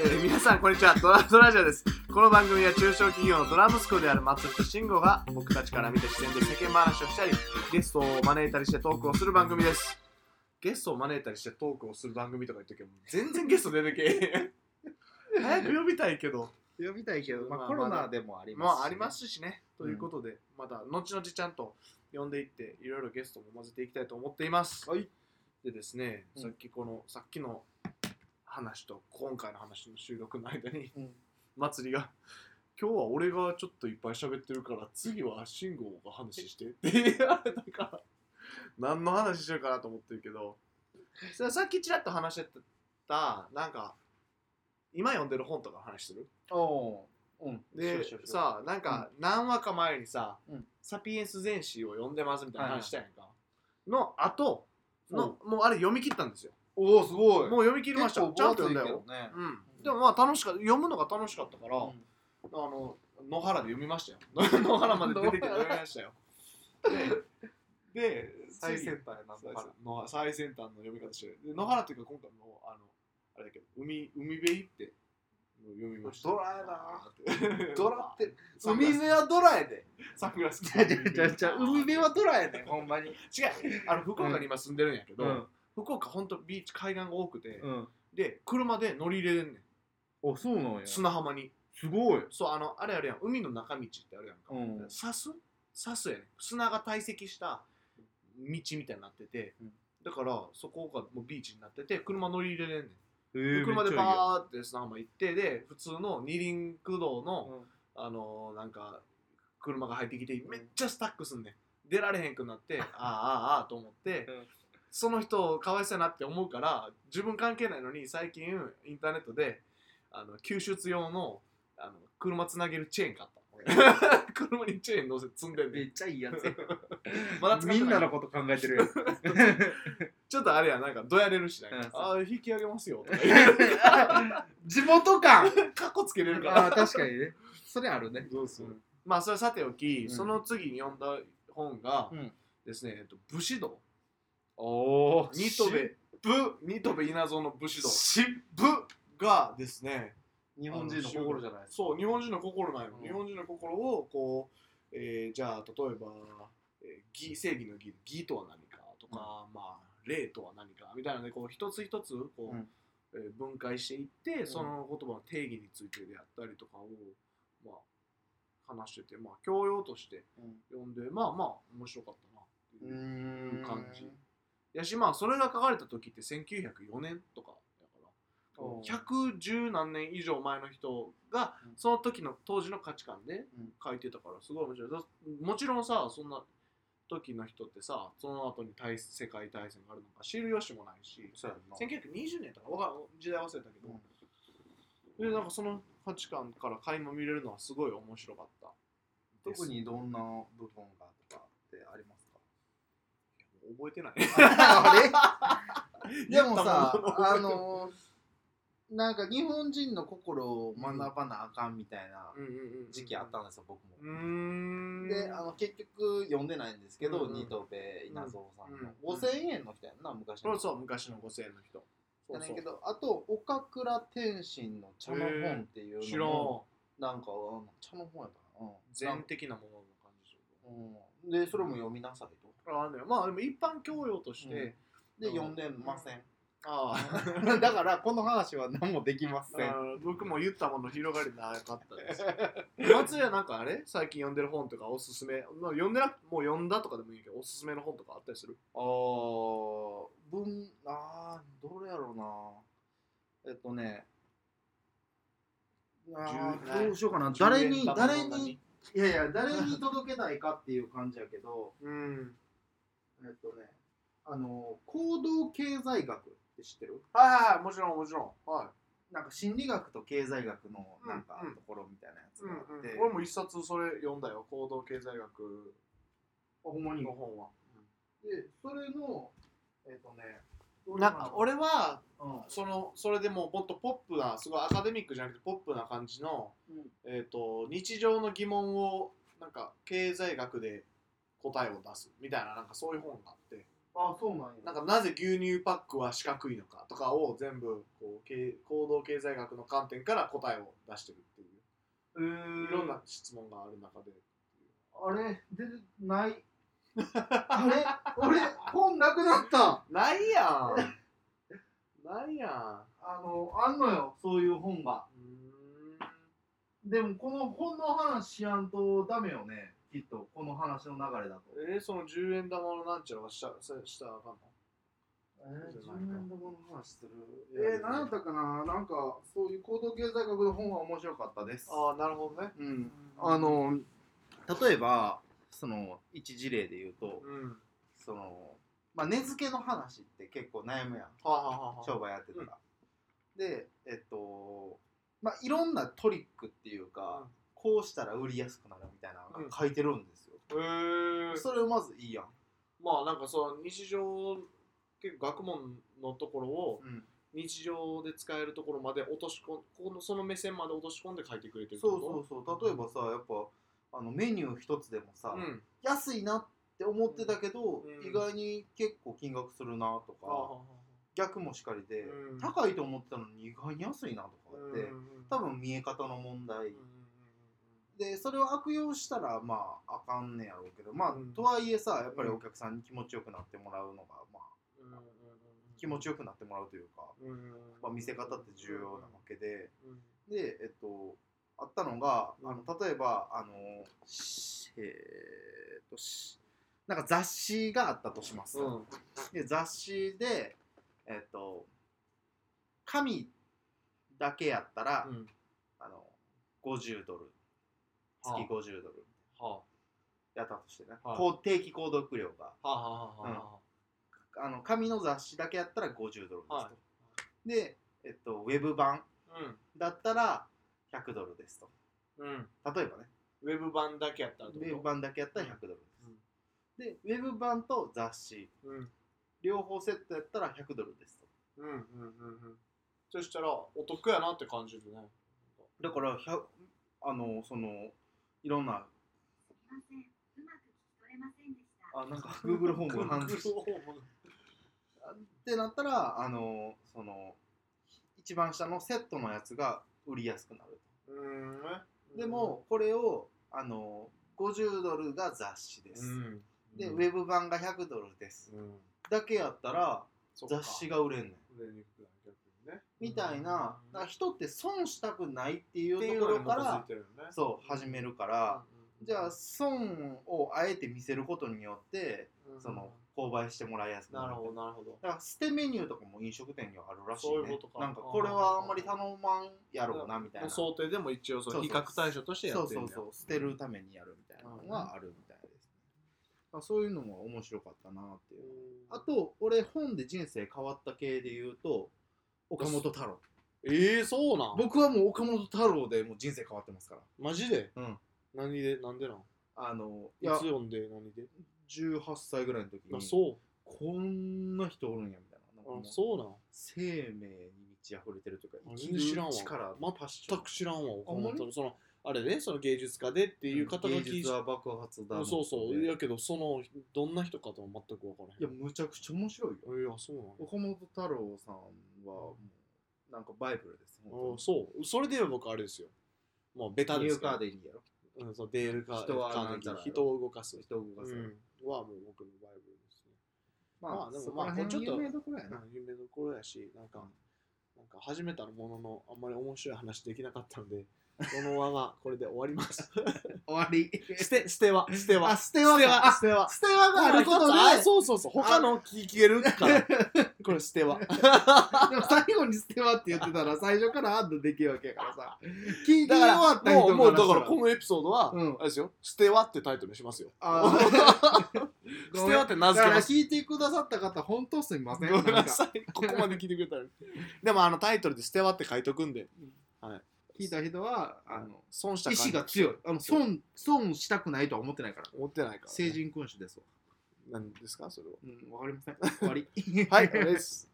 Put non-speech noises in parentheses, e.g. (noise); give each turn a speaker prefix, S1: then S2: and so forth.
S1: えー皆さんこんにちはドラフトラジオですこの番組は中小企業のドラ息子である松下慎吾が僕たちから見た視点で世間話をしたりゲストを招いたりしてトークをする番組ですゲストを招いたりしてトークをする番組とか言ってるけど全然ゲスト出てけえへん (laughs) 早く呼びたいけど
S2: 呼びたいけど、ま
S1: ま
S2: あ、
S1: あ
S2: コロ
S1: ま
S2: ナ
S1: だ
S2: でもあります
S1: まあありますすしねということで、また後々ちゃんと呼んでいっていろいろゲストも混ぜていきたいと思っています、
S2: はい
S1: でですね、
S2: うん
S1: さっきこのさっきの話と今回の話の収録の間に
S2: うん
S1: 祭りが (laughs) 今日は俺がちょっといっぱい喋ってるから次は慎吾が話 (laughs) してって言われたから何の話しようかなと思ってるけどそれさっきちらっと話してたなんか今読んでる本とかの話する
S2: おううん
S1: で
S2: しようしようしよう
S1: さなんか何話か前にさ「
S2: うん
S1: サピエンス全史」を読んでますみたいな話したやんか、の後のもうあれ読み切ったんですよ
S2: おおすごい
S1: もう読み切りましたちゃん
S2: 結構
S1: と読んだよ、
S2: 分厚いけどね
S1: うん
S2: うん
S1: でもまあ楽しかった読むのが楽しかったから、あの野原で読みましたよ (laughs) 野原まで出てきて読みましたよでで
S2: 最先端やな
S1: 最先野原最先端の読み方してるで野原というか今回もあのあれだけど海海辺行って読みました
S2: ドラや
S1: (laughs)
S2: な
S1: って
S2: ドラって
S1: サングラ
S2: 海
S1: ス
S2: 辺はドラやで
S1: サングラス
S2: (laughs) じゃじゃじゃ海辺はドラやでほんまに
S1: 違うあの福岡に今住んでるんやけど、
S2: うん
S1: 福岡ほんとビーチ海岸が多くて、
S2: うん
S1: で車で乗り入れるねん
S2: あそうなんやす
S1: 砂浜に
S2: ごい
S1: そうあのあれあれやん海の中道ってあるやんか、
S2: うん
S1: サスサスやねん砂が堆積した道みたいになってて、
S2: うん
S1: だからそこがもうビーチになってて車乗り入れれんねん、
S2: え
S1: で
S2: ー
S1: 車で
S2: めっちゃいいや
S1: バ
S2: ん
S1: ーって砂浜行ってで普通の二輪駆動の、あのーなんか車が入ってきてめっちゃスタックすんねん出られへんくな
S2: (laughs)
S1: ってあーあーあーと思って、
S2: うん
S1: その人をかわいそうやなって思うから自分関係ないのに最近インターネットであの救出用のあの車つなげるチェーン買った (laughs) 車にチェーン乗せ積んでんね
S2: め
S1: ん
S2: っちゃいいやつや
S1: まだ使って
S2: (laughs) みん
S1: な
S2: ないのこと考えてるやん
S1: ちょっとあれやなんかどやれるしない、
S2: うん
S1: ああ引き上げます
S2: (laughs)
S1: よとか言う
S2: (laughs) 地元 (laughs) 感
S1: かっこつけれるから
S2: あー確かにねそれあるね
S1: そうそうまあそれはさておき、
S2: うん
S1: その次に読んだ本が
S2: うん
S1: ですね、えっと、武士道
S2: おお
S1: ニトベブニトベ稲造の武士道ブがですね
S2: 日
S1: 日
S2: 本人の心じゃないですか
S1: そう日本人の心なんよ、
S2: うん
S1: 日本人の心をこう、えーじゃあ例えば、えー義正義の義義とは何かとか、まあ霊とは何かみたいなのでこう一つ一つこう、
S2: うん
S1: えー分解していってその言葉の定義についてであったりとかを、まあ、話してて、まあ、教養として読んでまあまあ面白かったなっていう
S2: うーん
S1: 感じやしまあそれが書かれた時って1904年とかだから
S2: おう
S1: 110何年以上前の人が
S2: うん
S1: その時の当時の価値観で
S2: うん
S1: 書いてたからすごい面白いだもちろんさそんな時の人ってさその後に大世界大戦があるのか知る由もないし
S2: そうやんな
S1: 1920年とかわからん時代忘れたけ
S2: う
S1: ど、でなんかその価値観から垣間見れるのはすごい面白かったです
S2: 特にどんな部分がとかってあり
S1: (laughs)
S2: ますか
S1: 覚えてない
S2: あれ (laughs) でもさ
S1: 言ったものの
S2: あのなんか日本人の心を学ばなあかんみたいな
S1: うんうんうんうん
S2: 時期あったんですよ僕も
S1: うーん
S2: であの結局読んでないんですけど、
S1: うんうん
S2: ニトベ稲造さんの、
S1: うんうん
S2: 5000円の人やんな昔
S1: そ
S2: の
S1: うそう昔の5000円の人そ
S2: や
S1: う
S2: ね
S1: そ
S2: ん
S1: う
S2: けどあと岡倉天心の茶の本っていう
S1: 知
S2: の
S1: らん
S2: もなんかあの茶の本やったかな、うん
S1: 全的なものの感じでしょ
S2: うん、でそれも読みなさいと
S1: ああねまあでも一般教養として、
S2: うんで
S1: うん
S2: 読んでません、
S1: ああ
S2: (laughs) だからこの話は何もできません
S1: ああ僕も言ったもの広がりなかったです (laughs) 松屋なんかあれ最近読んでる本とかおすすめ、まあ、読んでなくもう読んだとかでもいいけどおすすめの本とかあったりする
S2: あー文あーどれやろうなえっとねあー
S1: 十
S2: どうしようかな誰
S1: 10円
S2: に
S1: 玉の
S2: 誰
S1: 何
S2: にいやいや誰に届けたいかっていう感じやけど
S1: うん
S2: えっとねあの行動経済学って知ってる
S1: はいはいはいもちろんもちろんはい
S2: なんか心理学と経済学のなんか
S1: うんうん
S2: ところみたいなやつ
S1: う
S2: が
S1: ん
S2: あって、
S1: うん、俺も一冊それ読んだよ行動経済学
S2: あほんまに
S1: の本は、
S2: でそれのえっとね
S1: なんか俺は
S2: うん
S1: そのそれでもうもっとポップなすごいアカデミックじゃなくてポップな感じの、
S2: うん
S1: えー、と日常の疑問をなんか経済学で答えを出すみたいななんかそういう本があって
S3: あそうなんや
S1: なんかなぜ牛乳パックは四角いのかとかを全部こうけ行動経済学の観点から答えを出してるっていう
S3: えー、
S1: いろんな質問がある中で
S3: あれ出てないあれ俺本なくなった
S1: ないやんないやん
S3: あのあんのよそういう本が
S1: うーん
S3: でもこの本の話しやんとダメよねきっとこの話の流れだと
S1: えー、その10円玉のなんちゃらはしたしたらあかんの
S3: え
S1: ー
S2: 10円玉の話する
S3: えー、何やったかななんかそういう行動経済学の本は面白かったです
S1: ああなるほどね
S2: うんあの例えばその一事例で言うと
S1: うん
S2: その、まあ、値付けの話って結構悩むやん
S1: はあ、はあはあはあ、
S2: 商売やってたら、でえっとまあいろんなトリックっていうか、こうしたら売りやすくなるみたいなのが書いてるんですよ、
S1: うんへえ
S2: それまずいいやん、
S1: まあなんかそう日常結構学問のところを
S2: うん
S1: 日常で使えるところまで落とし込んこのその目線まで落とし込んで書いてくれてるって
S2: そ
S1: こ
S2: う
S1: と
S2: そうそう例えばさやっぱあのメニュー一つでもさ、
S1: ん
S2: 安いなって思ってたけど、
S1: うん
S2: 意外に結構金額するなとか、
S1: はあはあは
S2: 逆もしかりで、
S1: うん
S2: 高いと思ってたのに意外に安いなとか
S1: あう
S2: っ
S1: ん
S2: て、多分見え方の問題、でそれを悪用したらまああかんねやろうけどまあ、
S1: うん
S2: とはいえさやっぱりお客さんに気持ちよくなってもらうのが、まあ、
S1: うんうんうん
S2: 気持ちよくなってもらうというか、
S1: うんうん
S2: まあ、見せ方って重要なわけで、
S1: うん
S2: でえっとあったのが
S1: うん
S2: あの例えばあのしえーっとしなんか雑誌があったとします、
S1: うん
S2: で雑誌でえっと紙だけやったら、
S1: うん
S2: あの50ドル
S1: はあ
S2: 月50ドル
S1: は
S2: やったとしてね、
S1: はい
S2: こう定期購読料が
S1: あはあはあはあは
S2: あの紙の雑誌だけやったら50ドルですと、
S1: は
S2: で、えっと、ウェブ版
S1: あうん
S2: だったら100ドルですと
S1: うん
S2: 例えばね
S1: ウェブ版だけやったら
S2: ウェブ版だけやったら100ドルです、でウェブ版と雑誌
S1: うん
S2: 両方セットやったら100ドルですと
S1: うんうんうんうんそしたらお得やなって感じるね
S2: だからひゃあのそのいろんな
S4: すみません、うまく聞き取れませんでした。
S2: あなんか Google ホームが反応
S1: (laughs)
S2: しってなったらあのその一番下のセットのやつが売りやすくなる
S1: うんね
S2: でもこれをあの50ドルが雑誌です、
S1: うん
S2: で、ウェブ版が100ドルです
S1: うん
S2: だけやったら
S1: そっか
S2: 雑誌が売れんねん
S1: 売れにくくなる逆にね
S2: みたいな
S1: うん
S2: だから人って損したくないってい
S1: っていううとこ
S2: ところ
S1: ろか
S2: か
S1: らら
S2: そう
S1: うん
S2: 始めるからじゃあ損をあえて見せることによってその購買してもらいやすくな
S1: な
S2: る
S1: るほどなるほど
S2: だから捨てメニューとかも飲食店にはあるらしい
S1: そういう
S2: ね
S1: ことか
S2: なんかこれはあんまり頼まんやろうなみたいな
S1: 想定でも一応そ
S2: そう
S1: の
S2: そう
S1: 比較対象としてや
S2: そ
S1: っ
S2: う
S1: てるん
S2: そう
S1: だ
S2: そう捨てるためにやるみたいなのがあるみたいです、ねまあそういうのも面白かったなっていうあと俺本で人生変わった系で言うと岡本太郎
S1: ええそうなん
S2: 僕はもう岡本太郎でもう人生変わってますから
S1: マジで
S2: うん
S1: 何でなんでなん
S2: あのい
S1: い
S2: や
S1: つ読んで何で
S2: 18歳ぐらいの時
S1: あ
S2: に
S1: そ
S2: こんな人おるんやみたいななん
S1: う
S2: かも
S1: あ
S2: う
S1: そうなん
S2: 生命に満ち溢れてるというか
S1: あ
S2: 生きる
S1: 全然知らんわ
S2: 力
S1: 全く知らんわ岡本
S2: ほんま
S1: 太郎そのあれねその芸術家でって
S2: て
S1: いう方が
S2: 芸
S1: 聞い
S2: 術は爆発だの
S1: そうそう
S2: い
S1: やけどそのどんな人かとも全く分からへん
S2: やむちゃくちゃ面白いよ
S1: いやそうなんや
S2: 岡本太郎さんはもうなんかバイブルです
S1: あ
S2: 本
S1: そうそれで言えば僕あれですよもうベ
S2: 当
S1: タ
S2: にニ
S1: で
S2: ュー
S1: すけ
S2: カ
S1: ど
S2: ーデリーやろ
S1: うん、そうデールカー
S2: 人は
S1: カーネ
S2: なん
S1: ギ
S2: ちゃら
S1: ー人を動かす
S2: 人を動かせる、
S1: うん、はもう僕のバイブルですね、ま
S2: ま
S1: あ
S2: あ
S1: で
S2: で
S1: も
S2: も
S1: まあ
S2: まあち
S1: ちょ
S2: ょ
S1: っ
S2: っ
S1: と
S2: と有名どころやな、
S1: うん、夢どころやしなんか、
S2: うん
S1: なんか始めたもののあんまり面白い話できなかった (laughs) んでこのままこれで終わります (laughs)
S2: 終わり
S1: 捨て捨ては捨ては
S2: (laughs) あ
S1: (laughs)
S2: 捨てはが
S1: 捨ては
S2: 捨て輪があることで
S1: あそうそうそう他の聞けるから (laughs) これ捨ては
S2: でも最後に捨てはって言ってたら最初からあんのできるわけやからさ聞いて
S1: だ
S2: 終わっ
S1: か
S2: た
S1: ら
S2: 人
S1: もうもう
S2: した
S1: だからこのエピソードは、
S2: うん
S1: あれですよ捨てはってタイトルにしますよ
S2: あー
S1: (laughs) 捨てはって名
S2: だ
S1: 付
S2: か
S1: け
S2: ら
S1: ます
S2: 聞いてくださった方本当すみません
S1: ごめん
S2: な
S1: なん
S2: か
S1: さい。ここまで聞いてくれたら。でもあのタイトルで捨てはって書いとくんで、
S2: 聞いた人はあの
S1: 損した
S2: 意
S1: 感じ
S2: 志が強いあの損損したくないとは思ってないから
S1: 思ってないから、
S2: 成人君主ですわ
S1: なんですかそれは。
S2: (laughs) うんわかりません終わり
S1: はい、あれです。